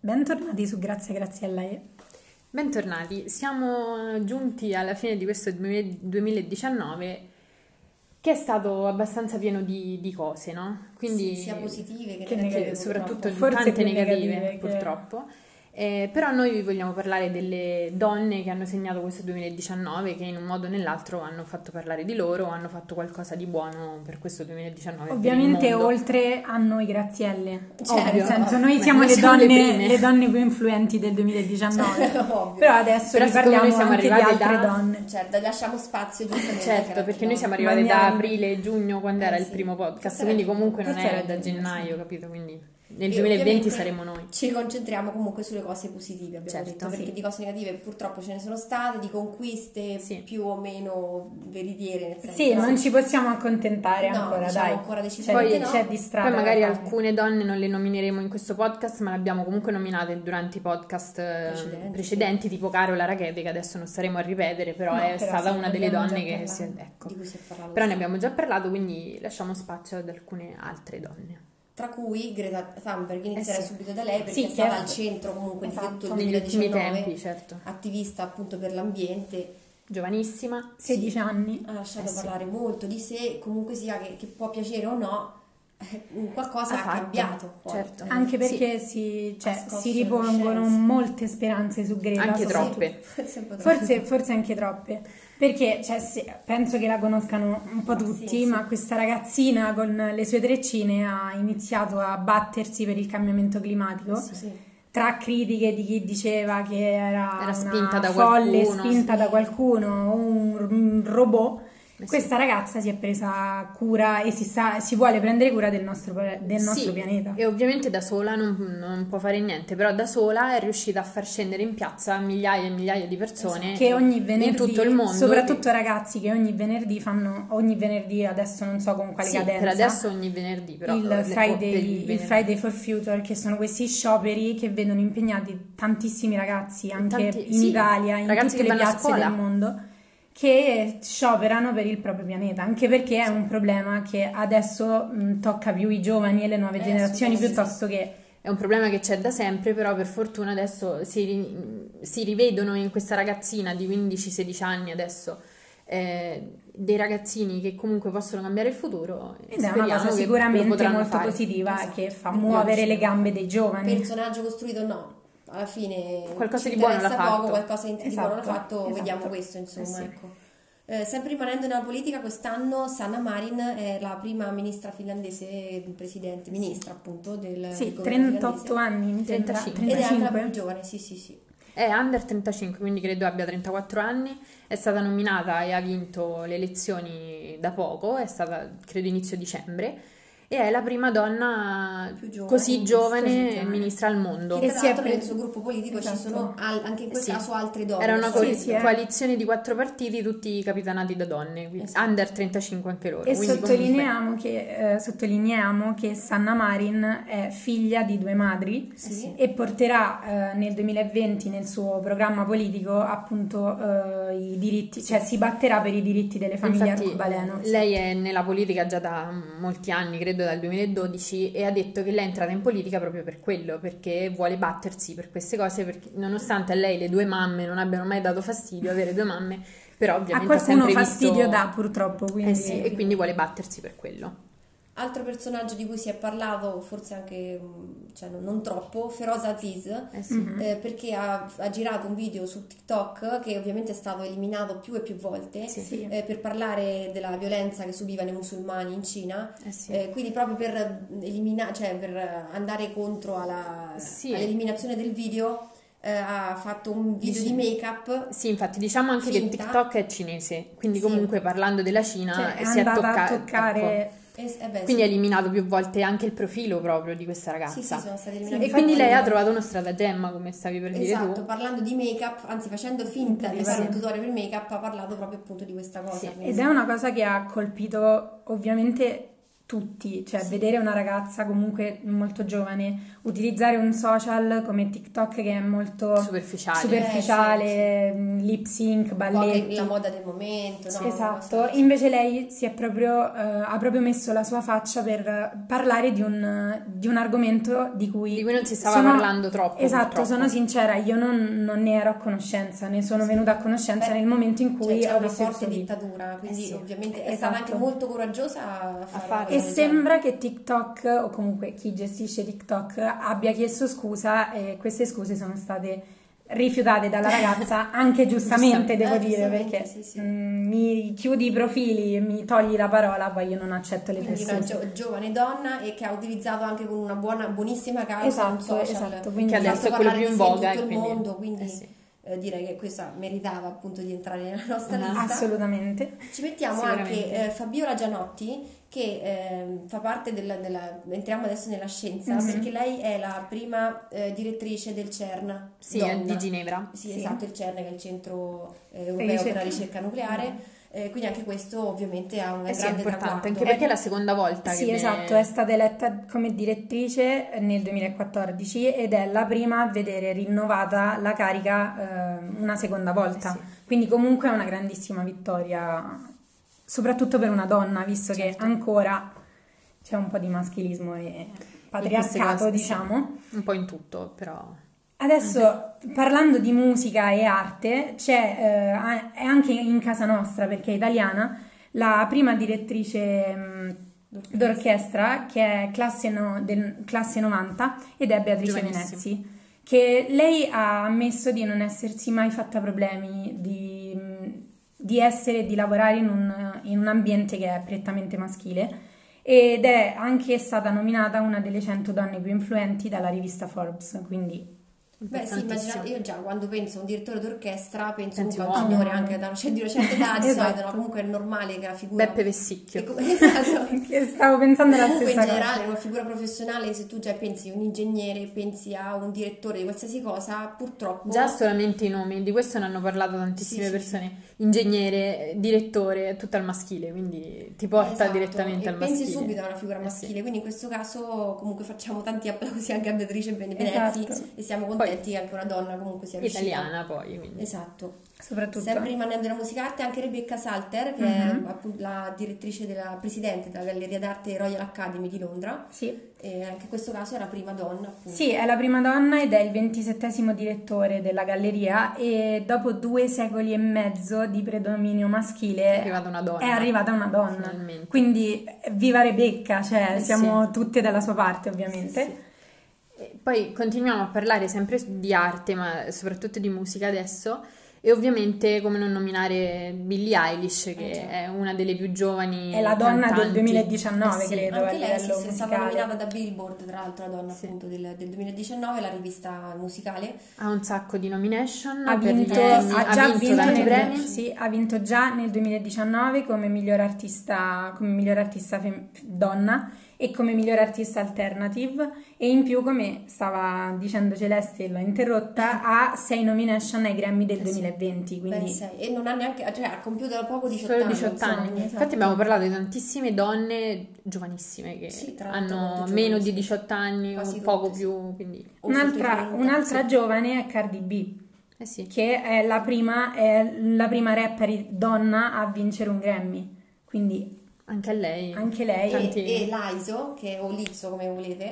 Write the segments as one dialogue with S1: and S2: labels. S1: Bentornati su Grazie Grazie a lei.
S2: Bentornati, siamo giunti alla fine di questo 2019 che è stato abbastanza pieno di, di cose, no? Quindi
S3: Sì, sia positive che,
S1: che
S2: anche-
S3: negative,
S2: soprattutto
S1: purtroppo. Forse
S2: tante
S1: più
S2: negative,
S1: negative che-
S2: purtroppo. Eh, però noi vi vogliamo parlare delle donne che hanno segnato questo 2019, che in un modo o nell'altro hanno fatto parlare di loro, hanno fatto qualcosa di buono per questo 2019. per il
S1: Ovviamente
S2: mondo.
S1: oltre a noi Grazielle. Cioè,
S3: Ovvio.
S1: nel senso, noi
S2: Beh,
S1: siamo,
S2: noi
S1: le,
S2: siamo le
S1: donne,
S2: prime. Cioè,
S1: le donne più influenti del 2019.
S3: purtroppo. Ovvio.
S1: Però adesso
S2: Però
S1: vi
S2: siccome noi
S1: parliamo
S2: siamo
S1: anche di
S2: arrivate
S1: altre
S2: da-
S1: donne.
S3: Cioè, da- lasciamo spazio giustamente.
S2: Certo, perché noi siamo arrivati
S1: Magari.
S2: da aprile, giugno, quando
S3: Eh,
S2: era il
S3: sì.
S2: primo podcast,
S3: Forse
S2: quindi
S3: era-
S2: comunque non
S1: forse
S2: era
S1: era
S2: da
S1: giugno,
S2: gennaio, capito? Quindi nel
S3: E
S2: 2020
S3: ovviamente-
S2: saremo noi.
S3: Ci concentriamo comunque sulle cose positive, abbiamo
S2: Certo,
S3: detto,
S2: sì.
S3: perché di cose negative purtroppo ce ne sono state, di conquiste
S2: Sì.
S3: più o meno veritiere. Nel senso,
S1: Sì, non ci possiamo accontentare
S3: No,
S1: ancora,
S3: diciamo
S1: dai.
S3: ancora decisamente
S1: Cioè,
S3: no.
S1: c'è di strada.
S2: Poi magari
S1: da fare.
S2: alcune donne non le nomineremo in questo podcast, ma le abbiamo comunque nominate durante i podcast eh,
S3: Precedenti.
S2: precedenti, tipo Carola Rachetti, che adesso non staremo a ripetere, però
S1: No,
S2: è
S1: però
S2: stata
S1: sì,
S2: una delle
S1: abbiamo
S2: donne
S1: già
S2: che
S1: parlato
S2: si è... Ecco.
S3: Di cui si è parlato.
S2: Però ne abbiamo già parlato, quindi lasciamo spazio ad alcune altre donne.
S3: Tra cui Greta Thunberg, inizierei
S2: Eh sì.
S3: subito da lei perché
S1: Sì,
S3: è stata
S1: che-
S3: al centro comunque
S1: Esatto.
S3: di tutto il
S2: Negli ultimi
S3: 2019,
S2: tempi, certo.
S3: attivista appunto per l'ambiente,
S2: Giovanissima.
S1: 16 anni.
S3: ha lasciato
S2: Eh sì.
S3: parlare molto di sé, comunque sia che, che può piacere o no, eh, qualcosa
S2: Ha
S3: ha,
S2: fatto,
S3: cambiato. Poi.
S2: certo.
S3: Eh,
S1: Anche
S2: Sì.
S1: perché si, cioè,
S3: Ha scosso
S1: si ripongono
S3: coscienza.
S1: molte speranze su Greta.
S2: Anche
S1: soprattutto-
S2: troppe.
S3: Forse un po' troppo.
S1: Forse, forse anche troppe, perché cioè, se- penso che la conoscano un po'
S2: Ah,
S3: Sì,
S1: tutti,
S3: sì.
S1: ma questa ragazzina con le sue treccine ha iniziato a battersi per il cambiamento climatico,
S3: Sì.
S1: tra critiche di chi diceva che era,
S2: Era
S1: una
S2: spinta da
S1: folle,
S2: qualcuno,
S1: spinta
S3: sì.
S1: da qualcuno, un, un robot.
S2: Eh sì.
S1: Questa ragazza si è presa cura e si, sa- si vuole prendere cura del nostro, del nostro
S2: Sì,
S1: pianeta.
S2: E ovviamente da sola non, non può fare niente, però da sola è riuscita a far scendere in piazza migliaia e migliaia di persone
S1: Esatto, che ogni venerdì,
S2: in tutto il mondo.
S1: soprattutto ragazzi che ogni venerdì fanno, ogni venerdì adesso non so con quale
S2: Sì,
S1: cadenza,
S2: per adesso ogni venerdì, però
S1: il,
S2: le- per il
S1: Friday, il
S2: venerdì.
S1: Friday for Future, che sono questi scioperi che vedono impegnati tantissimi ragazzi, anche
S2: Tanti-
S1: in
S2: sì,
S1: Italia, in
S2: ragazzi
S1: tutte
S2: che
S1: le
S2: vanno a
S1: piazze
S2: scuola.
S1: del mondo, che scioperano per il proprio pianeta, anche perché è un problema che adesso mh, tocca più i giovani e le nuove
S3: Eh,
S1: generazioni
S3: assolutamente
S1: piuttosto che...
S2: È un problema che c'è da sempre, però per fortuna adesso si, ri- si rivedono in questa ragazzina di 15-16 anni adesso eh, dei ragazzini che comunque possono cambiare il futuro. e
S1: Ed è una
S2: speriamo
S1: cosa
S2: che lo
S1: sicuramente
S2: potranno
S1: molto
S2: fare.
S1: positiva
S3: Esatto.
S1: che fa
S3: Dobbiamo
S1: muovere le
S3: riuscire.
S1: gambe dei giovani.
S3: Personaggio costruito o no, alla fine
S2: Qualcosa
S3: ci
S2: di buono l'ha
S3: interessa
S2: fatto.
S3: poco, qualcosa di di buono l'ha
S1: Esatto,
S3: fatto,
S1: esatto.
S3: vediamo questo insomma.
S2: Eh sì.
S3: ecco. Eh, sempre rimanendo nella politica, quest'anno Sanna Marin è la prima ministra finlandese, presidente, ministra appunto del,
S1: Sì,
S3: del governo
S1: 38
S3: finlandese.
S1: anni, mi sembra.
S2: 35.
S3: Ed è anche la più
S1: 35.
S3: giovane, sì sì sì.
S2: È under 35, quindi credo abbia 34 anni. È stata nominata e ha vinto le elezioni da poco, è stata credo inizio dicembre. E è la prima donna
S3: Più giovane,
S2: così
S1: così
S2: giovane
S1: giovane.
S2: ministra al mondo.
S3: Che
S1: E
S3: tra
S1: si è
S3: l'altro
S1: pre-
S3: nel suo gruppo politico
S1: Esatto.
S3: ci sono al- anche in questo
S2: Sì.
S3: caso altre donne.
S2: Era una
S3: sono-
S2: coali-
S1: sì, eh.
S2: coalizione di quattro partiti, tutti capitanati da donne, quindi
S3: Esatto.
S2: under 35 anche loro.
S1: E
S2: quindi
S1: sottolineiamo che, eh, sottolineiamo che Sanna Marin è figlia di due madri
S3: Sì.
S1: e porterà eh, nel 2020 nel suo programma politico appunto eh, i diritti, cioè si batterà per i diritti delle
S2: comunque-
S1: famiglie
S2: infatti,
S1: arcobaleno.
S2: lei è nella politica già da molti anni, credo dal 2012, e ha detto che lei è entrata in politica proprio per quello, perché vuole battersi per queste cose, perché nonostante a lei le due mamme non abbiano mai dato fastidio, avere due mamme, però
S1: A
S2: ovviamente ha
S1: qualcuno
S2: sempre
S1: fastidio
S2: visto...
S1: dà purtroppo, quindi
S2: Eh sì, e quindi vuole battersi per quello.
S3: Altro personaggio di cui si è parlato, forse anche mh, cioè, non, non troppo, Feroz Aziz,
S2: Eh sì.
S1: Mhm.
S3: eh, perché ha, ha girato un video su TikTok che ovviamente è stato eliminato più e più volte
S2: Sì.
S1: Sì.
S3: eh, per parlare della violenza che subivano i musulmani in Cina,
S2: Eh sì.
S3: eh, quindi proprio per, elimina- cioè, per andare contro alla-
S2: Sì.
S3: all'eliminazione del video eh, ha fatto un video
S2: Dici-
S3: di make-up
S2: Sì, infatti diciamo anche che
S3: Finta.
S2: TikTok è cinese, quindi
S3: Sì.
S2: comunque parlando della Cina
S1: cioè, è
S2: si è
S1: andata
S2: tocca- ecco.
S1: a toccare...
S3: e, eh beh,
S2: Quindi ha
S3: sì.
S2: eliminato più volte anche il profilo proprio di questa
S3: Sì, sì,
S2: ragazza.
S3: sono stati
S1: Sì,
S3: eliminati
S2: e
S1: infatti-
S2: quindi lei ha trovato uno stratagemma, come stavi per dire
S3: Esatto,
S2: tu.
S3: parlando di make-up, anzi facendo finta di
S1: Sì.
S3: fare un tutorial per make-up, ha parlato proprio appunto di questa cosa.
S2: Sì,
S3: quindi-
S1: Ed è una cosa che ha colpito ovviamente tutti, cioè vedere una ragazza comunque molto giovane utilizzare un social come TikTok che è molto
S2: superficiale.
S1: superficiale, mm, lip sync,
S3: Poi
S1: balletti.
S3: la moda del momento, no?
S1: Esatto, invece lei si è proprio, eh, ha proprio messo la sua faccia per eh, parlare di un, di un argomento di cui...
S2: Di cui non si stava
S1: sono-
S2: parlando troppo.
S1: Esatto,
S2: purtroppo.
S1: sono sincera, io non, non ne ero a conoscenza, ne sono venuta a conoscenza
S3: Beh,
S1: nel momento in
S3: Cioè,
S1: cui
S3: c'è
S1: ho
S3: una
S1: visto il
S3: forte
S1: suo video.
S3: dittatura, quindi
S1: sì,
S3: ovviamente è
S1: esatto.
S3: stata anche molto coraggiosa a diciamo. fare
S2: farlo.
S1: E
S3: una cosa del genere.
S1: sembra che TikTok, o comunque chi gestisce TikTok, abbia chiesto scusa e queste scuse sono state rifiutate dalla ragazza, anche giustamente,
S2: Giustamente.
S1: devo
S3: Eh,
S1: dire,
S3: giustamente,
S1: perché
S3: sì, sì.
S1: mm, mi chiudi i profili, mi togli la parola, poi io non accetto le
S3: Quindi una
S1: persone.
S3: gio- giovane donna e che ha utilizzato anche con una buona, buonissima causa un
S1: Esatto,
S3: social.
S1: esatto,
S2: Che
S1: quindi
S3: ha
S2: adesso
S3: fatto
S2: è quello
S3: parlare
S2: più in
S3: di sé in
S2: voga.
S3: tutto
S2: e
S3: il
S2: quindi-
S3: mondo, quindi-
S2: eh sì.
S3: Eh, direi che questa meritava appunto di entrare nella nostra
S2: Ah,
S1: Esatto.
S3: lista.
S1: assolutamente.
S3: Ci mettiamo
S2: Sicuramente.
S3: anche eh, Fabiola Gianotti che ehm, fa parte della, della- entriamo adesso nella scienza
S1: Mhm.
S3: perché lei è la prima eh, direttrice del CERN.
S2: Sì,
S3: donna.
S2: è di Ginevra.
S3: Sì,
S1: Sì.
S3: esatto, il CERN che è il Centro eh,
S1: E
S3: Europeo
S1: ricerca.
S3: per la Ricerca Nucleare, Eh, quindi anche questo ovviamente ha un
S2: Eh sì, è
S3: grande
S2: importante,
S3: traguardo.
S2: anche perché è la seconda volta che
S1: Sì,
S2: viene-
S1: esatto, è stata eletta come direttrice nel 2014 ed è la prima a vedere rinnovata la carica eh, una seconda volta.
S2: sì.
S1: Quindi comunque è una grandissima vittoria, soprattutto per una donna, visto
S2: Certo.
S1: che ancora c'è un po' di maschilismo e
S2: In queste
S1: patriarcato,
S2: cose,
S1: diciamo.
S2: un po' in tutto, però.
S1: Adesso parlando di musica e arte, c'è eh, a- è anche in casa nostra perché è italiana la prima direttrice mh, d'orchestra che è classe, no- del- classe 90 ed è Beatrice
S2: Giovanissima.
S1: Venezzi, che lei ha ammesso di non essersi mai fatta problemi di, mh, di essere e di lavorare in un, in un ambiente che è prettamente maschile. Ed è anche stata nominata una delle 100 donne più influenti dalla rivista Forbes, quindi
S3: Beh, sì,
S2: importantissimo.
S3: immagina- io già quando penso a un direttore d'orchestra penso
S2: Pensi
S3: comunque a un
S2: uomo.
S3: signore anche da una, cioè, di una certa età, di solito,
S1: Esatto.
S3: no? comunque è normale che la figura...
S2: Beppe
S3: che
S2: Vessicchio.
S3: com- esatto.
S1: Che Stavo pensando alla
S3: Comunque in
S1: stessa cosa.
S3: generale una figura professionale, se tu già pensi a un ingegnere, pensi a un direttore di qualsiasi cosa, purtroppo...
S2: Già solamente i nomi, di questo ne hanno parlato tantissime
S3: Sì, sì,
S2: persone, ingegnere, direttore, tutto al maschile, quindi ti porta
S3: Esatto,
S2: direttamente
S3: e
S2: al
S3: pensi
S2: maschile.
S3: subito a una figura
S2: Eh sì.
S3: maschile, quindi in questo caso comunque facciamo tanti applausi anche a Beatrice Bene- Venezzi
S1: Esatto.
S3: e siamo contenti che anche una donna comunque sia riuscita.
S2: Italiana poi, quindi.
S3: Esatto.
S1: Soprattutto.
S3: Sempre rimanendo nella musicarte, anche Rebecca Salter, che
S1: Mhm.
S3: è appunto la direttrice della presidente della Galleria d'Arte Royal Academy di Londra,
S2: Mm.
S1: Sì.
S3: e anche in questo caso è la prima donna, appunto.
S1: Sì, è la prima donna ed è il ventisettesimo direttore della galleria e dopo due secoli e mezzo di predominio
S2: È
S1: maschile
S2: arrivata una donna.
S1: è arrivata una donna.
S2: Finalmente.
S1: Quindi eh, viva Rebecca, cioè
S2: Eh,
S1: siamo tutte dalla sua parte ovviamente.
S2: Sì, sì. E Poi continuiamo a parlare sempre di arte, ma soprattutto di musica adesso. E ovviamente come non nominare Billie Eilish, che
S3: Eh, già.
S2: è una delle più giovani
S1: certo. È la donna del
S2: cantanti. Eh
S1: 2019, credo. a
S3: Anche lei sì,
S1: livello
S3: sì, è stata
S1: musicale.
S3: nominata da Billboard, tra l'altro la donna
S2: Sì.
S3: appunto del, del 2019, la rivista musicale.
S2: Ha un sacco di nomination
S1: Ha
S2: per gli
S1: vinto,
S2: Emmy,
S1: ha già
S2: vinto
S1: vinto,
S2: tanti
S1: nel-
S2: premi.
S1: sì, ha vinto già nel 2019 come miglior artista, come miglior artista fem- donna e come miglior artista alternative e in più, come stava dicendo Celeste e l'ho interrotta, ha 6 nomination ai Grammy del
S2: Eh sì.
S1: 2020,
S3: Beh,
S1: quindi
S3: sai, e non ha neanche, cioè ha compiuto da poco 18
S2: Solo
S3: anni.
S2: 18
S3: insomma,
S2: anni.
S3: quindi-
S2: Infatti
S1: esatto.
S2: abbiamo parlato di tantissime donne giovanissime che
S3: Sì, tra l'altro
S2: hanno
S3: molto
S2: meno
S3: giovani,
S2: di
S3: sì.
S2: 18 anni o
S3: Quasi
S2: poco
S3: tutte, sì.
S2: più, quindi
S3: O sotto i
S1: un'altra,
S3: 30,
S1: un'altra
S3: sì.
S1: giovane è Cardi B,
S2: eh sì.
S1: che è la prima, è la prima rapper donna a vincere un Grammy, quindi
S2: Anche a lei.
S1: anche lei...
S2: Tanti-
S3: E, e Laiso, che o Lizzo come volete,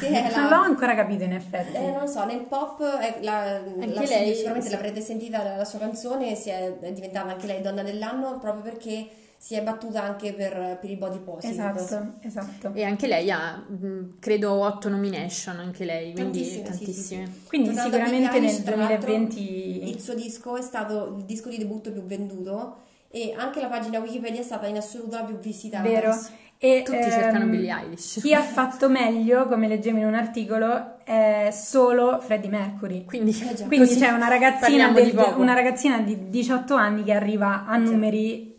S3: che è
S1: Non l'ho
S3: la...
S1: ancora capito in effetti.
S3: eh, non lo so, nel pop è la- la-
S2: lei,
S3: sicuramente
S2: sì.
S3: l'avrete sentita la, la sua canzone, si è, è diventata anche lei donna dell'anno proprio perché si è battuta anche per, per il body positive.
S1: Esatto, esatto.
S2: E anche lei ha, mh, credo, 8 nomination, anche lei, quindi
S3: Tantissime, sì, sì, sì.
S2: tantissime.
S1: Quindi
S3: Tornando a
S1: sicuramente
S3: Billie
S1: nel
S3: Eilish, tra l'altro,
S1: 2020
S3: Il suo disco è stato il disco di debutto più venduto e anche la pagina Wikipedia è stata in assoluto la più visitata.
S1: vero? E,
S2: Tutti cercano
S1: ehm,
S2: Billie Eilish.
S1: Chi ha fatto meglio, come leggevo in un articolo, è solo Freddie Mercury.
S2: Quindi,
S3: Eh già.
S1: Quindi
S2: così
S1: c'è una ragazzina,
S2: parliamo di
S1: del-
S2: poco.
S1: una ragazzina di 18 anni che arriva a numeri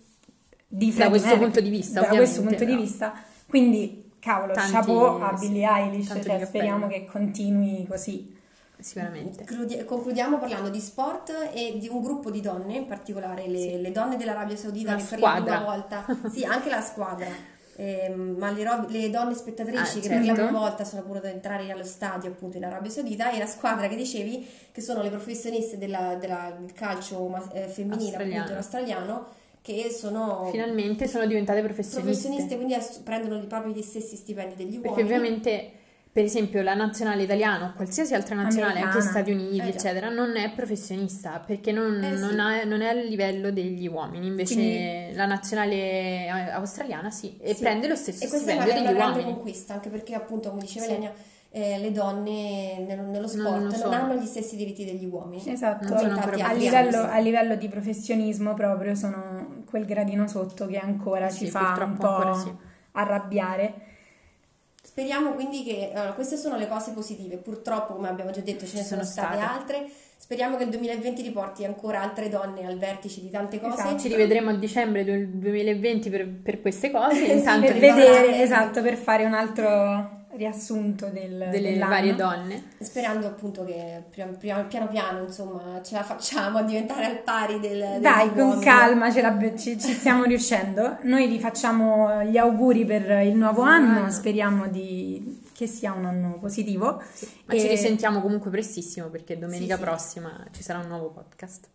S1: di Freddie
S2: questo
S1: Mercury.
S2: punto di vista,
S1: Da questo
S2: ovviamente,
S1: punto di
S2: però.
S1: vista. Quindi, cavolo,
S2: Tanti-
S1: chapeau a
S2: sì,
S1: Billie Eilish,
S2: tanto
S1: cioè,
S2: di
S1: speriamo
S2: cappello.
S1: che continui così.
S2: sicuramente.
S3: Crudi- Concludiamo parlando di sport e di un gruppo di donne, in particolare le,
S2: Sì.
S3: le donne dell'Arabia Saudita
S2: Una
S3: che per la
S2: squadra.
S3: prima volta, sì, anche la squadra Ehm, ma le, rob- le donne spettatrici
S2: Ah,
S3: che per la
S2: certo.
S3: prima volta sono potuto entrare allo stadio appunto in Arabia Saudita e la squadra che dicevi che sono le professioniste della- della- del calcio ma- eh, femminile
S2: Australiano.
S3: appunto australiano che sono
S2: Finalmente sono diventate professioniste.
S3: professioniste quindi as- prendono proprio gli stessi stipendi degli
S2: Perché
S3: uomini
S2: ovviamente, per esempio, la nazionale italiana o qualsiasi altra nazionale,
S1: Americana.
S2: anche Stati Uniti,
S3: Eh già.
S2: eccetera, non è professionista perché non,
S3: Eh sì.
S2: non ha- non è al livello degli uomini. Invece
S1: Quindi-
S2: la nazionale eh, australiana sì, e
S3: Sì.
S2: prende lo stesso
S3: E questa è una,
S2: stipendio
S3: è una
S2: degli
S3: grande
S2: uomini.
S3: conquista, anche perché appunto, come diceva
S2: Sì.
S3: Elenia, eh, le donne nello, nello sport
S2: non lo
S3: non,
S2: sono.
S3: hanno gli stesti diritti degli uomini. Ecco,
S1: Esatto.
S2: Non sono
S3: Infatti,
S2: ancora
S1: A
S3: anche
S2: professionisti.
S1: livello, a livello di professionismo proprio sono quel gradino sotto che ancora
S2: Sì,
S1: ci fa
S2: purtroppo
S1: un po'
S2: ancora sì.
S1: arrabbiare.
S3: Speriamo quindi che allora, queste sono le cose positive, purtroppo come abbiamo già detto ce ne
S2: Ci sono
S3: sono, state,
S2: state.
S3: altre, speriamo che il 2020 riporti ancora altre donne al vertice di tante cose.
S1: Esatto.
S2: Ci rivedremo a dicembre del 2020 per, per queste cose. Intanto
S1: Per
S3: ricorda-
S2: ricordiamo
S1: vedere, esatto, per fare un altro riassunto del,
S2: delle
S1: dell'anno.
S2: varie donne.
S3: Sperando appunto che pian pian- piano piano insomma ce la facciamo a diventare al pari del... degli
S1: Dai, con
S3: uomini.
S1: calma, ce l'abbi- ci, ci stiamo riuscendo. Noi vi facciamo gli auguri per il nuovo
S2: Buon
S1: anno,
S2: anno.
S1: speriamo di- che sia un anno positivo.
S2: Ma
S1: E-
S2: ci risentiamo comunque prestissimo perché domenica
S3: sì.
S2: prossima ci sarà un nuovo podcast.